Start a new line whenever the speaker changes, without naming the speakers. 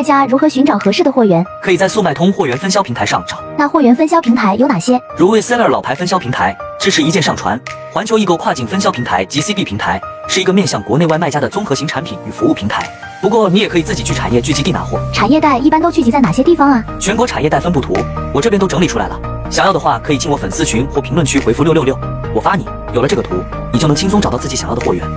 卖家如何寻找合适的货源？
可以在速卖通货源分销平台上找，
那货源分销平台有哪些？
如 Wayseller 老牌分销平台，支持一键上传；环球易购跨境分销平台及 CB 平台，是一个面向国内外卖家的综合型产品与服务平台。不过，你也可以自己去产业聚集地拿货。
产业带一般都聚集在哪些地方啊？
全国产业带分布图，我这边都整理出来了。想要的话，可以进我粉丝群或评论区回复六六六，我发你。有了这个图，你就能轻松找到自己想要的货源。